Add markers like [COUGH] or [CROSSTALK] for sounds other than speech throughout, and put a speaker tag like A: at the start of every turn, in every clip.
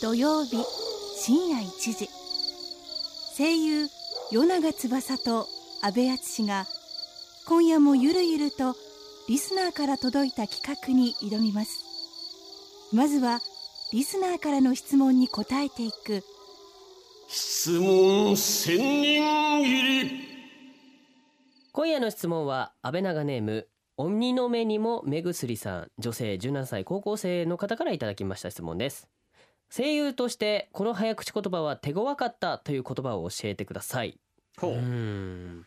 A: 土曜日深夜1時声優与永翼と阿部淳が今夜もゆるゆるとリスナーから届いた企画に挑みますまずはリスナーからの質問に答えていく
B: 質問千人切り
C: 今夜の質問は安倍長ネーム鬼の目にも目薬さん女性17歳高校生の方からいただきました質問です声優としてこの早口言葉は手強かったという言葉を教えてください
B: ほう
C: ーん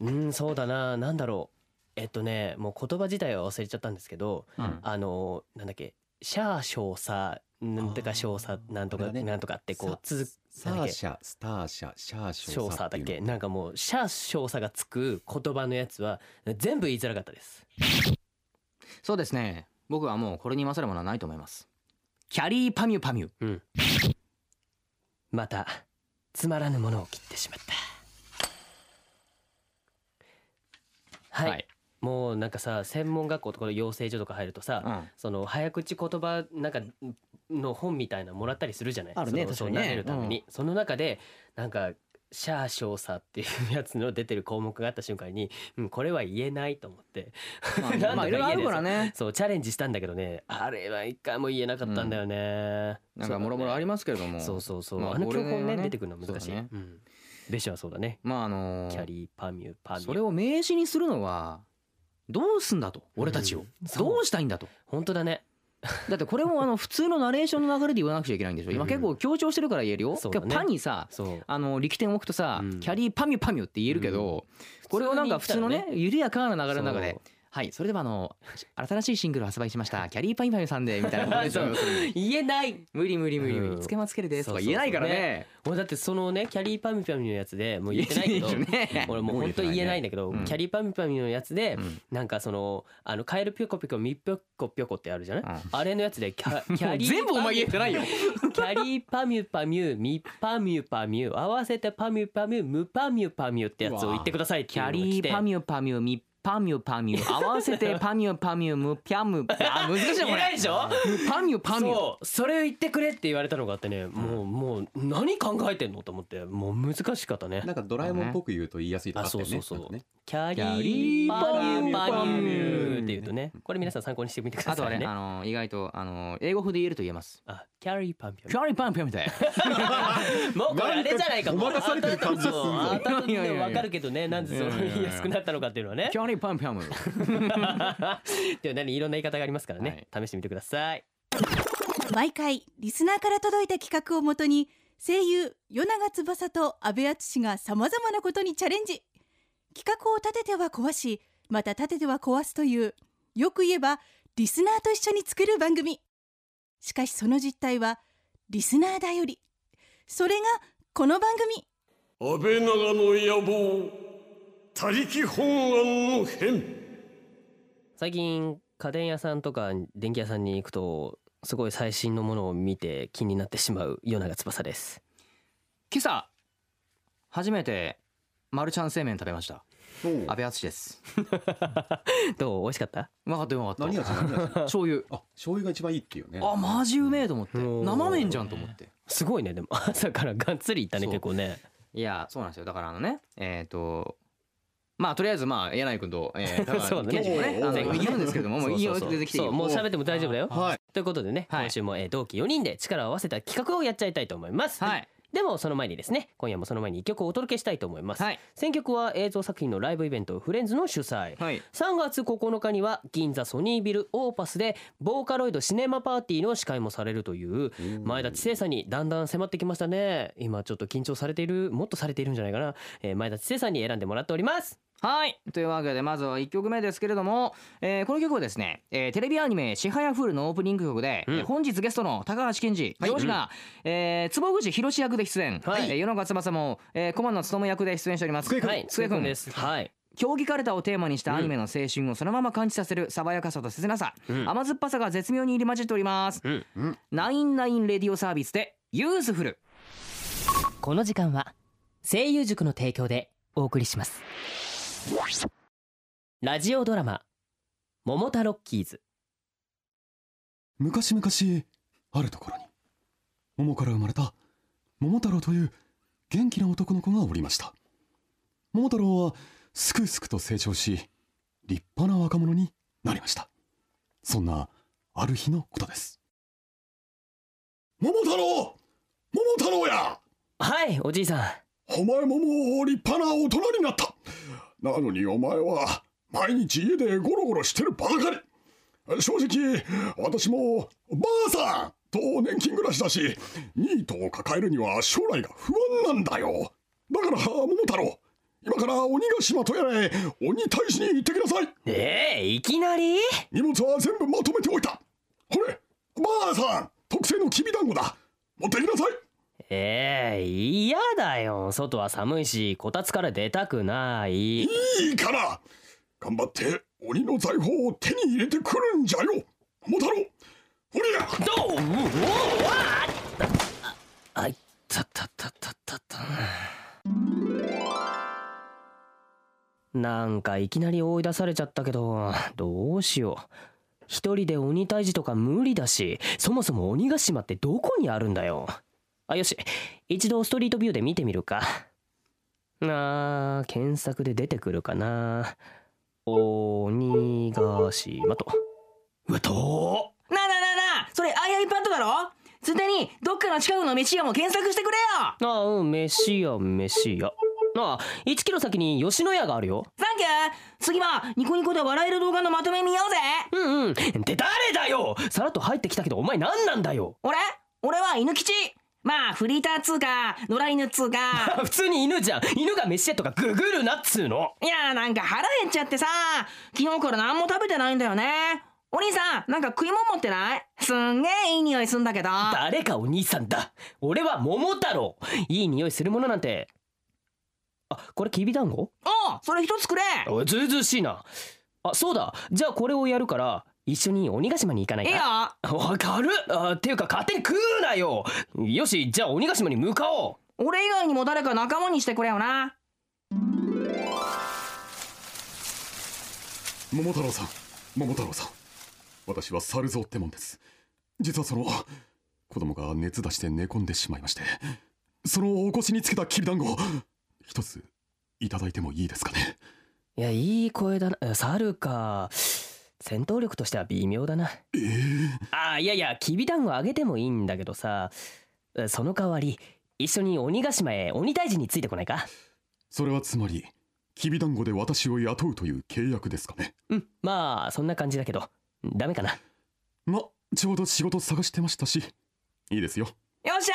C: うーんそうだななんだろうえっとねもう言葉自体は忘れちゃったんですけど
B: うん
C: あのなんだっけシャー少佐なんとか少佐なんと
D: あ
C: か
D: れだね
C: なんとかってこう続く
D: サーシャ、スターシャ、シャーショ
C: 少
D: ーサ
C: 佐
D: って
C: だ
D: い
C: っ
D: う
C: け
D: の
C: なんかもう「シャー少佐」がつく言葉のやつは全部言いづらかったです
E: そうですね僕はもうこれに勝るものはないと思いますキャリーパミュパミュ
C: またつまらぬものを切ってしまったはい、
E: はい
C: もうなんかさ専門学校とかの養成所とか入るとさ、
E: うん
C: その早口言葉なんかの本みたいなのもらったりするじゃない
E: あるね
C: その
E: 確かに
C: そ
E: ね
C: う慣れるために、その中でなんか「シャー少佐」っていうやつの出てる項目があった瞬間に、うん、これは言えないと思って
E: まあ
C: [LAUGHS] なんとか
E: まあいろいろあるから [LAUGHS] ね
C: そうチャレンジしたんだけどねあれは一回も言えなかったんだよね、
E: なんかもろもろありますけれども
C: そうそうそう、
E: まあ
C: あ、の
E: これ
C: 教
E: ね
C: 本ね出てくるのは難しい、
E: そうだね
C: うん、ベシはそうだね
E: まああのー
C: キャリーパミュパミュ
E: それを名詞にするのはどうすんだと俺たち
C: う
E: を、
C: んそう
E: どうしたいんだと
C: 本当だね
E: だってこれもあの普通のナレーションの流れで言わなくちゃいけないんでしょ
C: う
E: 今
C: ん
E: 結構強調してるから言えるよ、
C: そうだね
E: 今パにさ
C: そう
E: あの力点を置くとさ、
C: うん
E: キャリーパミュパミュって言えるけど、これをなんか普通のね緩やかな流れの中で
C: そう
E: はいそれではあの新しいシングルを発売しましたキャリーパミュパミュさんでみたいな [LAUGHS]
C: そう言えない
E: 無理無理無理無理、
C: うん
E: つけまつけるですとか
C: そうそう
E: 言えないからね
C: 俺だってそのねキャリーパミュパミュのやつでもう言ってないけど
E: 言えないよね
C: 俺もう本当に言えないんだ
E: ね
C: けど、
E: うん
C: キャリーパミュパミュのやつで、
E: うん
C: なんかそのあのカエルピョコピョコミッピョコピョコってあるじゃない、
E: うん
C: あれのやつでキ
E: [LAUGHS]
C: ャキャリー
E: 全部お前言えてないよ
C: キャリーパミュパミュミパミュパミュ合わせてパミュパミュムパミュパミュってやつを言ってくださいって
E: キ
C: いうの
E: ャ
C: が来て
E: リーパミュパミュミパミュパミュ合わせ [LAUGHS] てパミュパミュムピャムあ難しいなこ
C: 言えない
E: れ
C: でしょ
E: パミュパミュ
C: そうそれを言ってくれって言われたのがあってねもうもう何考えてんのと思ってもう難しかったね
D: なんかドラえもんっぽく言うと言いやすいとか
C: あ
D: あった
C: そ
D: よ
C: う
D: ね。
C: そうそう
D: なんかね
C: キャ
E: キャ
C: リ
E: リ
C: ー
E: ー
C: パミュ
E: パ
C: パミ
E: ミュ
C: ュ
E: パミュ
C: って言うとねこれ皆さん参考にしてみてくだ
E: あとは
C: さい
E: ね
C: ね
E: あの意外とあの英語風で言えると言えます
C: あキャリーパミュ
E: [LAUGHS] キャリーパミュパミュみたい [LAUGHS]
C: もうこれあれじゃないか
D: なんかごまかされてる感じがするぞ
C: あた
E: いやいやいや
C: 分かるけどねなんでその
E: いやいやいや
C: 言いやすくなったのかっていうのは
E: [LAUGHS]
C: ね
E: キャリーパミュパミュ
C: でも何いろんな言い方がありますからね試してみてください
A: 毎回リスナーから届いた企画をもとに声優与永翼と阿部淳がさまざまなことにチャレンジ企画を立てては壊しまた立てては壊すというよく言えばリスナーと一緒に作る番組しかしその実態はリスナーだよりそれがこの番組
B: 安倍長の野望他力本願の変
C: 最近家電屋さんとか電気屋さんに行くとすごい最新のものを見て気になってしまう夜長翼です [LAUGHS]
E: 今朝初めてマルちゃん製麺食べました
D: そう
E: 阿部淳です
C: どう美味しかった
E: うまかったうまかっ
D: 何味
E: た
D: 何味
E: 醤油
D: あ、醤油が一番いいっていうね。
E: あマジうめえと思って
C: うん
E: 生麺じゃんと思って
C: すごいねでも [LAUGHS] 朝からがっつり行ったね
E: そう
C: 結構ね
E: いやそうなんですよだからあのねえっ、とまあとりあえずまあ柳井君と、えー、
C: [LAUGHS]
E: 田
C: そう
E: 川
C: ね
E: 健二も
D: おう
E: ね
D: おう
E: あのいるんですけれどももういいよ
C: そうそうそう
E: 出てきてい
C: そ
E: い
C: う
E: よ
C: もう喋っても大丈夫だよ
D: はい。
C: ということでね、
E: はい
C: 今週も、えー同期4人で力を合わせた企画をやっちゃいたいと思います、
E: はい
C: でもその前にですね今夜もその前に1曲をお届けしたいと思います、
E: はい
C: 選曲は映像作品のライブイベントフレンズの主催、
E: はい
C: 3月9日には銀座ソニービルオーパスでボーカロイドシネマパーティーの司会もされるという前田知世さんにだんだん迫ってきましたね今ちょっと緊張されているもっとされているんじゃないかな、えー前田知世さんに選んでもらっております
E: はいというわけでまずは1曲目ですけれども、えーこの曲はですね、えーテレビアニメ「シハヤフール」のオープニング曲で、
C: うん
E: えー本日ゲストの高橋健二上司が、えー坪口博士役で出演、
C: はい
E: えー世の中翼も、えー、駒野勤役で出演しております
C: はい
E: つくえ君
C: ですはい
E: 競技かるたをテーマにしたアニメの青春をそのまま感じさせる爽やかさと切なさ、
C: うん
E: 甘酸っぱさが絶妙に入り混じっております、
C: うん
E: ナインナインレディオサービスでユースフル
C: この時間は声優塾の提供でお送りしますラジオドラマ「桃太ロッキーズ
F: 昔々あるところに桃から生まれた桃太郎という元気な男の子がおりました桃太郎はすくすくと成長し立派な若者になりましたそんなある日のことです
G: 桃太郎桃太郎や
C: はいおじいさん
G: お前ももう立派な大人になったなのにお前は毎日家でゴロゴロしてるばかり正直私もばあさんと年金暮らしだしニートを抱えるには将来が不安なんだよだから桃太郎今から鬼ヶ島とやらへ鬼退治に行ってきなさい
C: ええいきなり
G: 荷物は全部まとめておいたほればあさん特製のきびだんごだ持ってきなさい
C: ええ嫌だよ外は寒いしこたつから出たくない
G: いいから頑張って鬼の財宝を手に入れてくるんじゃよ桃太郎おりゃ
C: どううおうわああいたたたたたたなんかいきなり追い出されちゃったけどどうしよう一人で鬼退治とか無理だしそもそも鬼ヶ島ってどこにあるんだよあよし一度ストリートビューで見てみるかなあ検索で出てくるかな鬼ヶ島とうわ遠っ
H: なあなあなあなあそれ iPad だろついでにどっかの近くの道屋も検索してくれよ
C: ああうん飯屋飯屋ああ1キロ先に吉野家があるよ
H: サンキュー次はニコニコで笑える動画のまとめ見ようぜ
C: うんうんって誰だよさらっと入ってきたけどお前何なんだよ [LAUGHS]
H: 俺俺は犬吉まあフリーターっつうか野良犬っつ
C: [LAUGHS]
H: うか
C: 普通に犬じゃん犬が飯屋とかググるなっつうの
H: いやーなんか腹減っちゃってさ昨日から何も食べてないんだよねお兄さんなんか食い物持ってないすんげえいい匂いすんだけど
C: 誰かお兄さんだ俺は桃太郎いい匂いするものなんてあこれきびだんご
H: おうそれ一つくれ
C: おいずうずうしいなあそうだじゃあこれをやるから一緒に鬼ヶ島に行かない
H: い
C: か
H: いよ
C: わかるあっていうか勝手に食うなよよしじゃあ鬼ヶ島に向かおう
H: 俺以外にも誰か仲間にしてくれよな
F: 桃太郎さん桃太郎さん私は猿蔵ってもんです実はその子供が熱出して寝込んでしまいましてそのお腰につけたきびだんご一ついただいてもいいですかね
C: いやいい声だな猿か戦闘力としては微妙だな
F: ええ
C: あいやいやきびだんごあげてもいいんだけどさその代わり一緒に鬼ヶ島へ鬼退治についてこないか
F: それはつまりきびだんごで私を雇うという契約ですかね
C: うんまあそんな感じだけどダメかな
F: まちょうど仕事探してましたしいいですよ
H: よっしゃ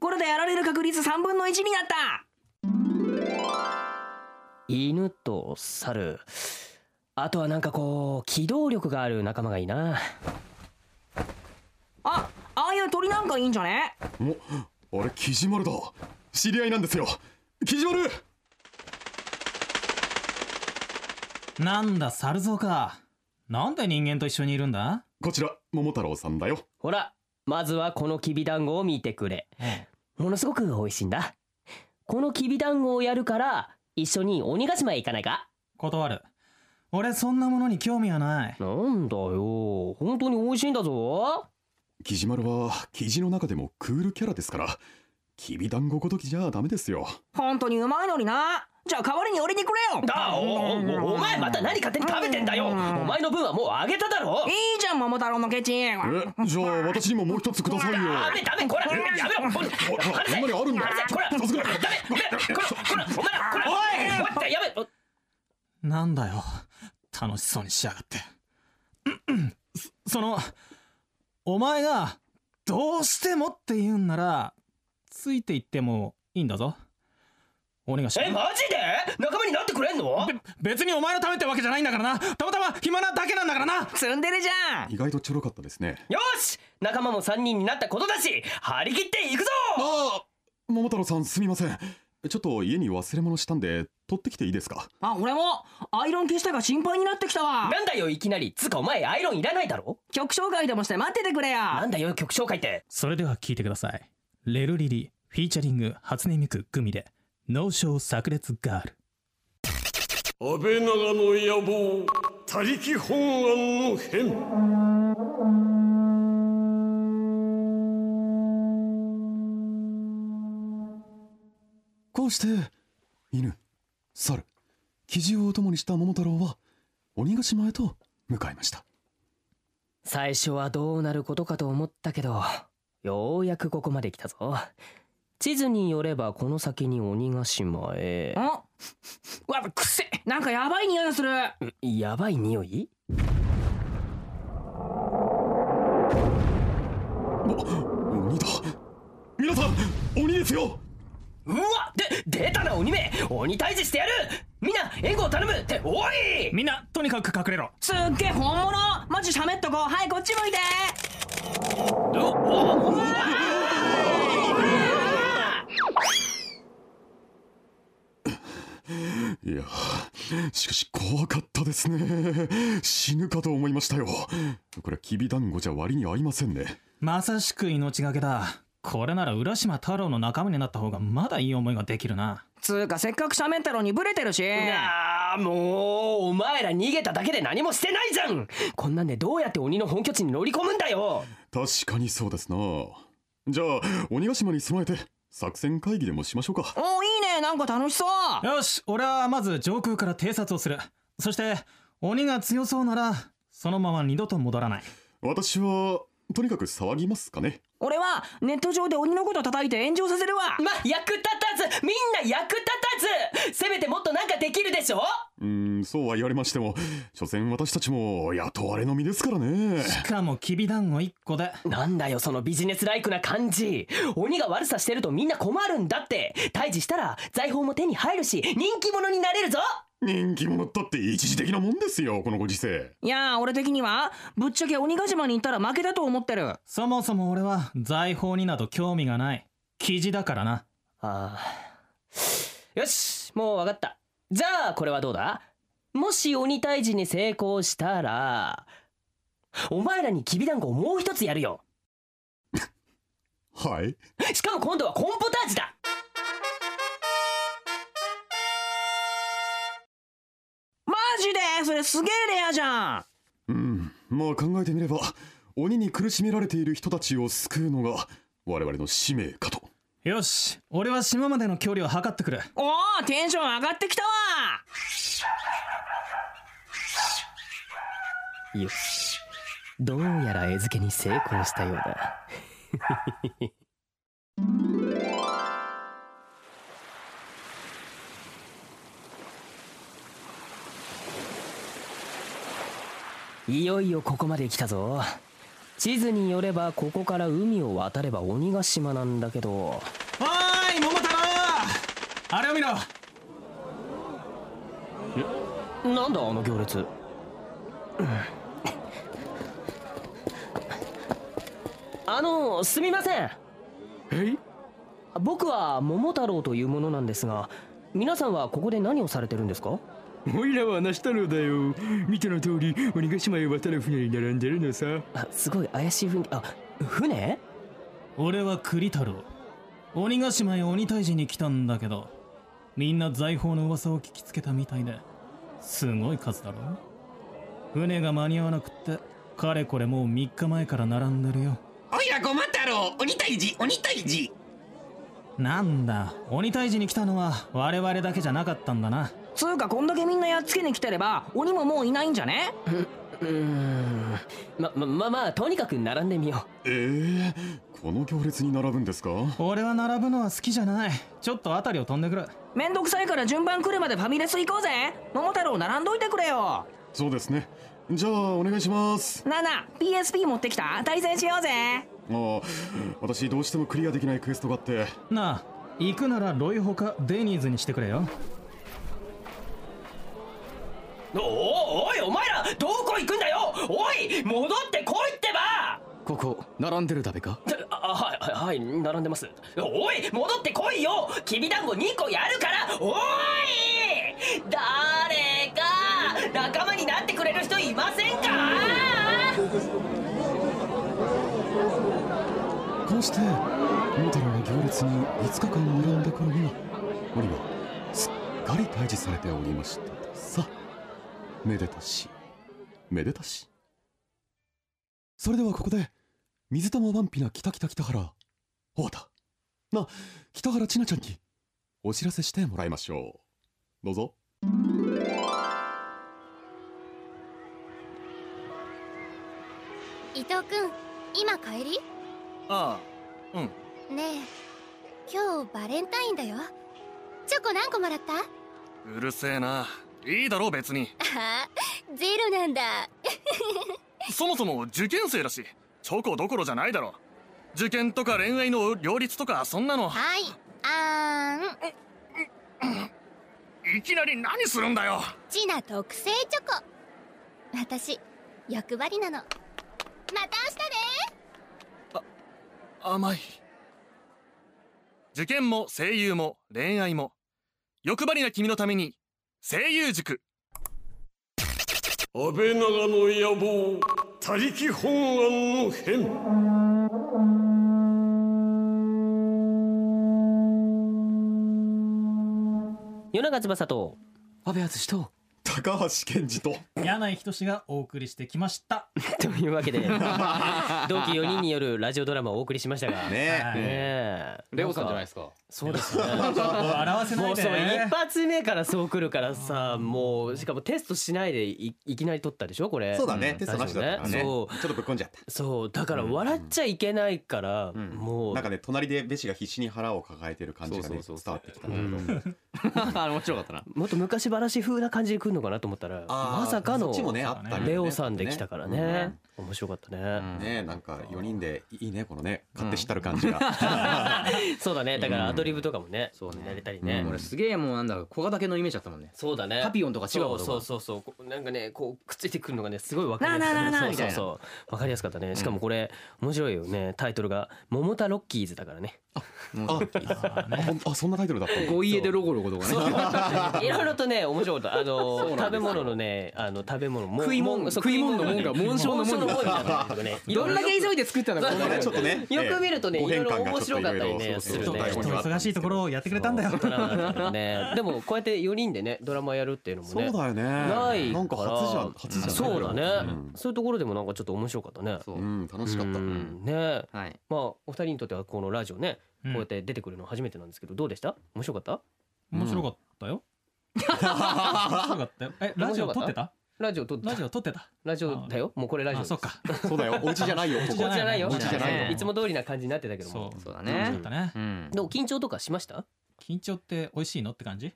H: これでやられる確率3分の1になった
C: 犬と猿あとはなんかこう機動力がある仲間がいいな
H: あああいう鳥なんかいいんじゃね
F: おあれきじまるだ知り合いなんですよきじまる
I: なんだ、猿蔵か。なんで人間と一緒にいるんだ
F: こちら桃太郎さんだよ
C: ほらまずはこのきびだんごを見てくれものすごく美味しいんだこのきびだんごをやるから一緒に鬼ヶ島へ行かないか
I: 断る。俺そんなものに興味はない。
C: なんだよ本当に美味しいんだぞ
F: きじまるはきじの中でもクールキャラですからきびだんごごときじゃダメですよ
H: 本当にうまいのになじゃあ代わりに俺にくれよ
C: だおおおお前また何勝手に食べてんだよお前の分はもうあげただろ
H: いいじゃん桃太郎のケチえ
F: えじゃあ私にももう一つくださいよ
C: ダメダメこらやめろこら
F: ほらほんまにあるんだ
C: こら
F: さすがに
C: こらこらお前らこらおいやめ
I: なんだよ。楽しそうにしやがって。 [CLEARS THROAT] うんうん。そその、お前が、どうしてもって言うんなら、ついていってもいいんだぞ。鬼がし
C: えマジで仲間になってくれんの
I: 別にお前のためってわけじゃないんだからなたまたま暇なだけなんだからな
H: 積んでるじゃん
F: 意外とちょろかったですね
C: よし仲間も3人になったことだし張り切っていくぞ
F: ああ桃太郎さんすみませんちょっと家に忘れ物したんで取ってきていいですか
H: あ俺もアイロン消したが心配になってきたわ
C: なんだよいきなりつうかお前アイロンいらないだろ
H: 曲紹介でもして待っててくれよ
C: なんだよ曲紹介って
I: それでは聞いてください。レルリリ、フィーチャリング、初音ミク、グミで、脳症炸裂ガール。
G: 安倍長の野望他力本願の変
F: して犬猿キジを共にした桃太郎は鬼ヶ島へと向かいました
C: 最初はどうなることかと思ったけどようやくここまで来たぞ地図によればこの先に鬼ヶ島へ
H: あうわくせえなんかやばい匂いがする
C: やばい匂い
F: 鬼だ皆さん鬼ですよ
C: うわで出たな鬼め鬼退治してやるみんな援護を頼むっておい
I: みんなとにかく隠れろ
H: すっげえ本物マジ喋っとこうはいこっち向いて
F: いやしかし怖かったですね死ぬかと思いましたよこれはきびだんごじゃ割に合いませんね
I: まさしく命がけだこれなら浦島太郎の仲間になった方がまだいい思いができるな
H: つうかせっかく喋ったのにブレてるし
C: ああもうお前ら逃げただけで何もしてないじゃんこんなんでどうやって鬼の本拠地に乗り込むんだよ
F: 確かにそうですなじゃあ鬼ヶ島に備えて作戦会議でもしましょうか
H: おいいねなんか楽しそう
I: よし俺はまず上空から偵察をするそして鬼が強そうならそのまま二度と戻らない
F: 私はとにかく騒ぎますかね
H: 俺はネット上で鬼のこと叩いて炎上させるわ
C: ま役立たずみんな役立たずせめてもっとなんかできるでしょ
F: うーんそうは言われましても所詮私たちも雇われの身ですからね
I: しかもきびだんご1個で
C: なんだよそのビジネスライクな感じ鬼が悪さしてるとみんな困るんだって退治したら財宝も手に入るし人気者になれるぞ
F: 人気者だって一時的なもんですよこのご時世
H: いやー俺的にはぶっちゃけ鬼ヶ島に行ったら負けだと思ってる
I: そもそも俺は財宝になど興味がない記事だからな
C: ああよしもう分かったじゃあこれはどうだもし鬼退治に成功したらお前らにきびだんごをもう一つやるよ
F: はい
C: しかも今度はコーンポタージュだ
H: マジでそれすげえレアじゃん
F: うんまあ考えてみれば鬼に苦しめられている人たちを救うのが我々の使命かと
I: よし俺は島までの距離を測ってくる
H: おーテンション上がってきたわ
C: よしどうやら絵付けに成功したようだ [LAUGHS] いよいよここまで来たぞ地図によればここから海を渡れば鬼ヶ島なんだけど
I: おーい桃太郎あれを見ろ
C: なんだあの行列あのすみません
F: えい
C: 僕は桃太郎というものなんですが皆さんはここで何をされてるんですか
J: おいらはなしたのだよ見ての通り鬼ヶ島へ渡る船に並んでるのさ
C: あすごい怪しい雰囲気あ船
I: 俺は栗太郎鬼ヶ島へ鬼退治に来たんだけどみんな財宝の噂を聞きつけたみたいですごい数だろ船が間に合わなくってかれこれもう3日前から並んでるよ
E: おいらごま太郎鬼退治鬼退治
I: なんだ鬼退治に来たのは我々だけじゃなかったんだな
H: つうかこんだけみんなやっつけに来てれば鬼ももういないんじゃね
C: うーんまままあまあとにかく並んでみよ
F: えー、この行列に並ぶんですか
I: 俺は並ぶのは好きじゃないちょっと辺りを飛んでくる
H: めんどくさいから順番来るまでファミレス行こうぜ桃太郎並んどいてくれよ
F: そうですねじゃあお願いします
H: なあなあ PSP 持ってきた対戦しようぜ
F: あー私どうしてもクリアできないクエストがあって
I: なあ行くならロイホかデニーズにしてくれよ
C: うおおいお前らどこ行くんだよおい戻ってこいってば
J: ここ並んでるだべか
C: あはいはいはい並んでますおい戻ってこいよきびだんご2個やるからおい誰か仲間になってくれる人いませんか
F: こうして桃太郎の行列に5日間並んだ頃には鬼はすっかり退治されておりましたとさめでたしめでたしそれではここで水玉ワンピな北北北原終わったな北原千奈ちゃんにお知らせしてもらいましょうどうぞ
K: 伊藤君今帰り
I: あ
K: ねえ今日バレンタインだよチョコ何個もらった
I: あうるせえないいだろ別に
K: あ [LAUGHS] ゼロなんだ
I: そもそも受験生だしチョコどころじゃないだろ受験とか恋愛の両立とかそんなの
K: はいあーん
I: いきなり何するんだよ
K: チナ特製チョコ私欲張りなのまた
I: 甘い受験も声優も恋愛も欲張りな君のために声優塾
L: 安倍長の野望他力本願の変
C: 夜中翼と
E: 安倍淳と
F: 高橋健二と
I: 柳井仁がお送りしてきました、
C: というわけで同期4人によるラジオドラマをお送りしましたがね
I: はい
C: え
B: レオさんじゃないですすか
C: そうですね
I: 笑わせな
C: も
I: いうで
C: そう一発目からそう来るからさもうしかもテストしないでいいきなり撮ったでしょこれ
B: そうだね、
F: うん
B: テストなしだったからね
C: 最
B: ち
C: 初ねそ
B: ょ
C: う
B: っとぶっこんじゃった、
C: そうだから笑っちゃいけないから、
B: うん
C: もう
B: なんかね隣でベシが必死に腹を抱えてる感じがね
F: そうそう
B: 伝
F: そ
B: わ
F: う
B: ってきた
F: う
B: ね、
F: ん
E: あの面白かったな
C: もっと昔話風な感じで来るのかなと思ったら
B: あー
C: まさか
B: そ
C: の
B: っちもねあったよね
C: レオさんで来たからね
B: うん
C: 面白かったね、
B: ねなんか4人でいいねこのね勝手したる感じが、
C: そうだねだからアドリブとかもね、
E: そうね
C: やりたりね、
B: うん
E: 俺すげえもうなんだ小型犬のイメージだったもんね
C: そうだね
E: パピオンとかチワ
C: そ
E: ワ
C: う
E: とか
C: そうそうそうこうなんかねこうくっついてくるのがねすごいわかりやすい
E: なあなあなあなあ
C: そうそうそうわかりやすかったねしかもこれ面白いよねタイトルが「桃太ロッキーズ」だからね
E: もう
B: [LAUGHS]
F: あほんあそんなタイトルだった
E: ご家でロゴロゴとか
C: [LAUGHS]
E: ね
C: いろいろとね面白いことあ
E: そう
C: の
E: なんで
C: 食
E: すよ
C: べ物のねあの食べ物も
E: 食いもん
C: そう
E: 食いもんのもんが紋章のもんだ
C: 紋章になってるけね
E: [LAUGHS] どんだけ急いで作ったのこ
C: そう
E: の
B: ねちょっとね
C: よく見るとね
B: ええ
C: いろいろ
B: ご変換がちょっといろいろ
C: 面白かったりね
B: そうそう
C: するね
B: 台本にはあったん
I: 忙
B: です
I: しい
B: けど
I: ところをやってくれたんだよ
C: ドラマだからねでもこうやって4人でねドラマやるっていうのも
B: そう
C: ね
B: だよね
C: ない
B: なんか初じゃん初じゃん
C: そうだね、
B: うん
C: そういうところでもなんかちょっと面白かったね
E: そううん
B: 楽しかった、
C: うんね
E: はい
C: まあお二人にとってはこのラジオねこ
I: うん
C: うやって出てくるの初めてなんですけどどうでした面白かった
I: 面白かったよ面白かったよえラジオ撮ってた
C: ラジオと
I: ラジオ撮ってた
C: ラジオだよもうこれラジオ
I: あ
C: です
I: そっか
B: そうだよお家じゃないよここ
C: こっちじゃないよ
I: お
B: 家じゃない
E: よ
C: いつも通りな感じになってたけど
I: そ
C: も
I: う
E: そうだ
I: 面
E: ね
I: 白かったね
E: うん
C: どう緊張とかしました
I: 緊張って美味しいのって感じ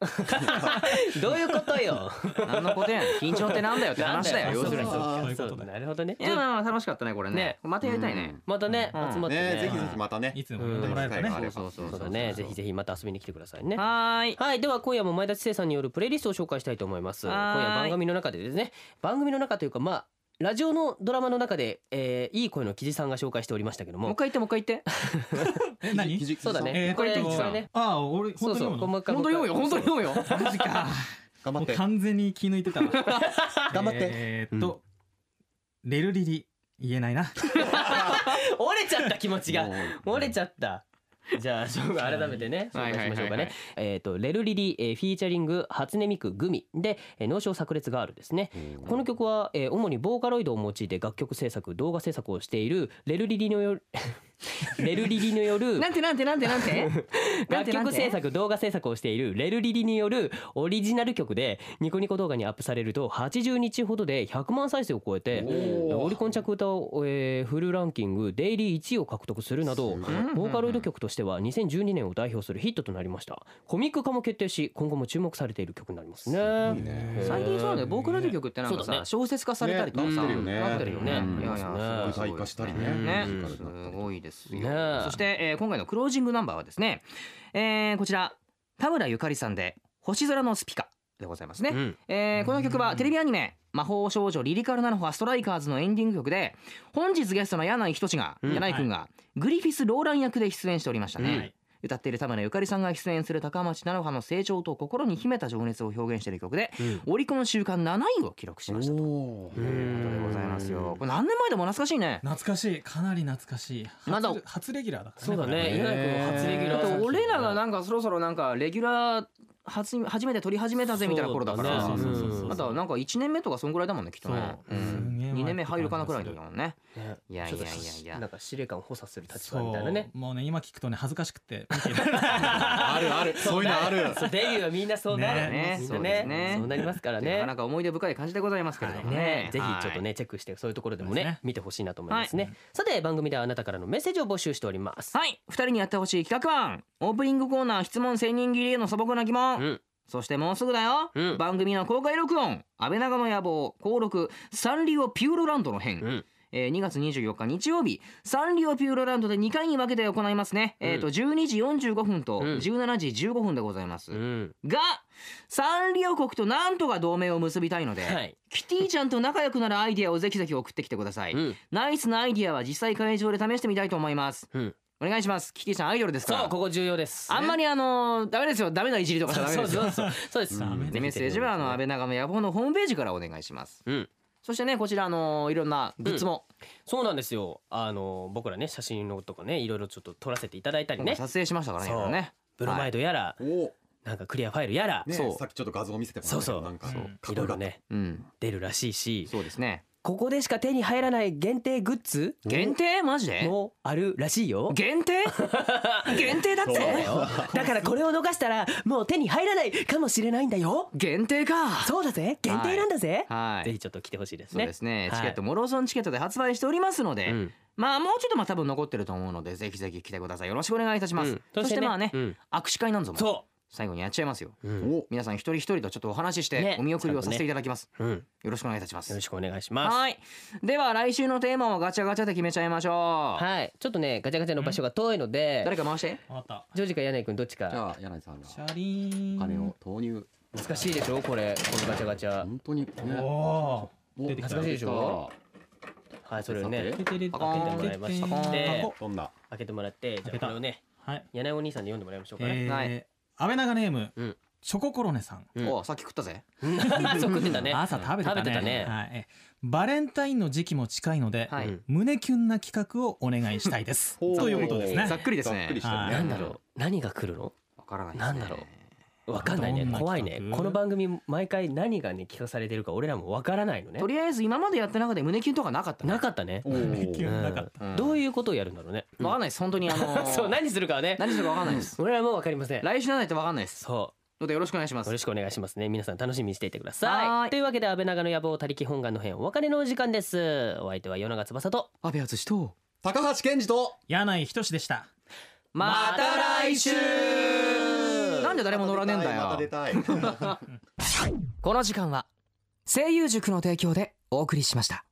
C: どういうことよ
E: 何のことやねん緊張ってなんだよって話だよ要するに
I: [LAUGHS] そうそうそういう
C: そ
I: こ
C: う
I: とね
C: なるほどね
E: いやまあまあ楽しかったねこれ
C: ね
E: ねまたやりたいね
C: またね
E: うん
C: 集まって
B: ねぜひ
C: ね
B: ぜひまたね
I: いつでも呼んでもらえるとね
B: うん
E: そうそうそ
C: そ
E: うそうう
C: だねぜひぜひまた遊びに来てくださいね
E: はーい
C: はいでは今夜も前田知世さんによるプレイリストを紹介したいと思います
E: は
C: 今
E: ーい
C: 夜番組の中でですね番組の中というかまあラジオのドラマの中で、えーいい声の記事さんが紹介しておりましたけど
E: もう
C: も
E: 一回言ってもう一回言って
I: え何
C: そうだね
I: えー
C: これ
I: えっと
C: 実はね
I: ああ俺
C: そ
I: 本
C: う
I: 当に
C: そう
I: 読むの
C: もう一回
E: 本当に読むよ本当に読むよ
I: [LAUGHS] マジか
B: 頑張
I: も
B: っ
I: う
B: て
I: 完全に気抜いてたわ
B: 頑張って
I: えーっとレルリリ言えないな
C: 折れちゃった気持ちが
B: もう
C: 折れちゃったじゃあちょっと改めてね紹
E: はい
C: 介しましょうか
E: はいはいはいは
C: ね
E: い
C: えっと「レルリリ」えーフィーチャリング初音ミクグミで「えー脳症炸裂ガール」ですねこの曲は、えー主にボーカロイドを用いて楽曲制作動画制作をしているレルリリのよる
E: [LAUGHS]
C: レルリリによる
E: なんてなんてなんてなんてなん
C: 楽
E: てなん
C: 曲
E: て
C: 制作動画制作をしているレルリリによるオリジナル曲でニコニコ動画にアップされると80日ほどで100万再生を超えてオリコン着歌を、えーフルランキングデイリー1位を獲得するなどボーカロイド曲としては2012年を代表するヒットとなりましたコミック化も決定し今後も注目されている曲になりますねへー
E: 最近そうなんだよ僕らの曲ってなんか
C: そうだ
E: さ
C: ね
E: 小説化されたりとかさ
B: ねなってるよね
E: なってるよね
B: うん
E: いやいや
C: そうです
E: すごい
B: 舞台化したりね
E: ね
B: うん
E: すごいですよ
C: ね
E: そしてえー今回のクロージングナンバーはですねえーこちら田村ゆかりさんで星空のスピカでございますね
C: うん
E: えーこの曲はテレビアニメ「魔法少女リリカルなのはストライカーズ」のエンディング曲で本日ゲストの柳井仁が
C: うん
E: 柳井君がグリフィス・ローラン役で出演しておりましたね、
C: うん
E: 歌っている田村ゆかりさんが出演する高町菜の葉の成長と心に秘めた情熱を表現している曲で、オリコン週間7位を記録しましたということでございますよこれ何年前でも懐かしいね
I: 懐かしいかなり懐かしい初
E: まだ
I: 初レギュラーだから
C: そうだ
I: これ
C: ね稲垣君初レギュラ
E: だ
C: ー
E: って
C: 作品
E: 俺らがなんかそろそろなんかレギュラー初初めて撮り始めたぜみたいな頃だから
C: そうだね
E: まだなんか1年目とかそんぐらいだもんねきっとね
I: すげ年前
E: 2年目入るかなくらいの時だもんね
C: ね
E: いやいやいやい
C: ちょっと
E: や
C: なんか司令官を補佐する立
I: そ
C: 場みたいなね
I: うもうね今聞くとね恥ずかしくて
C: あ
E: る
C: [LAUGHS]
E: あるそういうのある
C: デビューはみんなそうなる
E: ね
C: みん
E: そ
C: な
E: うですね
C: そうなりますから
E: な
C: ね
E: かなか思い出深い感じでございますけれども
C: ね
E: ね、
C: ぜひちょっ
E: はい
C: とねチェックしてそういうところでもね見てほしいなと思いますね。さて番組ではあなたからのメッセージを募集しております。
E: はい2人にやってほしい企画案オープニングコーナー質問千人切りへの素朴な疑問、そしてもうすぐだよ、番組の公開録音「安倍長の野望」公録「サンリオピューロランドの編」えー2月24日日曜日サンリオピューロランドで2回に分けて行いますね、えー、と12時45分と17時15分でございます、がサンリオ国となんとか同盟を結びたいので、
C: はい
E: キティちゃんと仲良くなるアイディアをぜひぜひ送ってきてください、ナイスなアイディアは実際会場で試してみたいと思います、お願いしますキティちゃんアイドルですから
C: そうここ重要です。
E: あんまりあのダメですよダメないじりとかじゃダメ
C: そう
E: ですよ
C: そうそうそうです。
E: でメッセージはあの安倍長の野望のホームページからお願いします、そしてねこちらあのいろんなグッズも、
C: そうなんですよ。あの僕らね写真のとかねいろいろちょっと撮らせていただいたり
E: 今
C: ね。
E: 回撮影しましたからねいろいろね
C: ブロマイドやら、なんかクリアファイルやら、
B: ね
C: そう
B: さっきちょっと画像見せてもら
C: そう
B: ったけ
C: そ
B: ど
C: う
B: なんか
C: いろいろね、出るらしいし
E: そうですね
C: ここでしか手に入らない限定グッズ
E: 限定マジで
C: もあるらしいよ [LAUGHS]
E: 限定限定だって
C: そうだよだからこれを逃したらもう手に入らないかもしれないんだよ
E: 限定か
C: そうだぜ限定なんだぜ、
E: はい
C: ぜひちょっと来てほしいです
E: そ
C: ね
E: うですね、
C: はい
E: チケットモローソンチケットで発売しておりますので、まあもうちょっとまあ多分残ってると思うのでぜひぜひ来てくださいよろしくお願いいたします、
C: うん
E: そして
C: ね
E: まあね、握手会なんぞも
C: そう
E: 最後にやっちゃいますよ、
C: ん
E: お皆さん一人一人とちょっとお話しして、
C: ね
E: お見送りをさせていただきます、
C: うん、よ
E: よろしくお願いいたします
C: ろしくお願いします
E: はいでは来週のテーマをガチャガチャで決めちゃいましょう、
C: はいちょっとねガチャガチャの場所が遠いので
E: 誰か回して
I: わかっ
C: ジョージか柳井君どっち
B: じ
C: か
B: ゃあ柳井さんが
I: たシャリーン
B: 金を投入
C: 難しいでしょこれこのガチャガチャ
B: 本当にね
I: おー出てき
C: 難
I: た
C: しいでしょはいそれをね
B: さ
C: 開
B: て
C: け
I: てれ
C: てもらいまして
B: どんな
C: 開けてもらってじゃ
I: け
C: あ
I: た
C: これをね
I: はい
C: 柳井お兄さんに読んでもらいましょうかね、
I: え
E: は
I: ー
E: い
I: 安倍長ネーム
C: ん
I: チョココロネさん
E: おさっき食ったぜ
C: そう食ってたね
I: 朝食べてたね
C: 食べてたね
I: はいえバレンタインの時期も近いので、
E: はい
I: うん胸キュンな企画をお願いしたいです
B: ほう
I: ということですね
E: ざっくりで
B: ざ
E: す
B: っく
E: ね
B: りしてる
I: はい
B: ね
C: なんだろう何が来るの
E: わからない
C: なんだろうわかんない
I: どん
C: ね
I: な
C: 怖い
I: 企画
C: ねこの番組毎回何がね聞かされてるか俺らもわからないのね
E: とりあえず今までやった中で胸キュンとかなかったね
C: なかったね
B: おー
I: 胸キュンなかった
C: うんどういうことをやるんだろうね
E: わかんないです本当にあのー
C: [LAUGHS] そう何するかはね
E: 何するかわかんないです
C: 俺らもわかりません
E: 来週なんてわかんないです
C: そ
E: のでよろしくお願いしま
C: うよ
E: す
C: ろしくお願いしますね皆さん楽しみにしていてくださ
E: はいーい
C: というわけで安倍長の野望他力本願の編お別れのお時間ですお相手は与永翼と
E: 阿部淳と
B: [LAUGHS] 高橋健二と
I: 柳井仁でした
E: また来週なんで誰も乗らねえんだ
B: また出
E: よ
B: たいまた出たい
E: この時間は声優塾の提供でお送りしました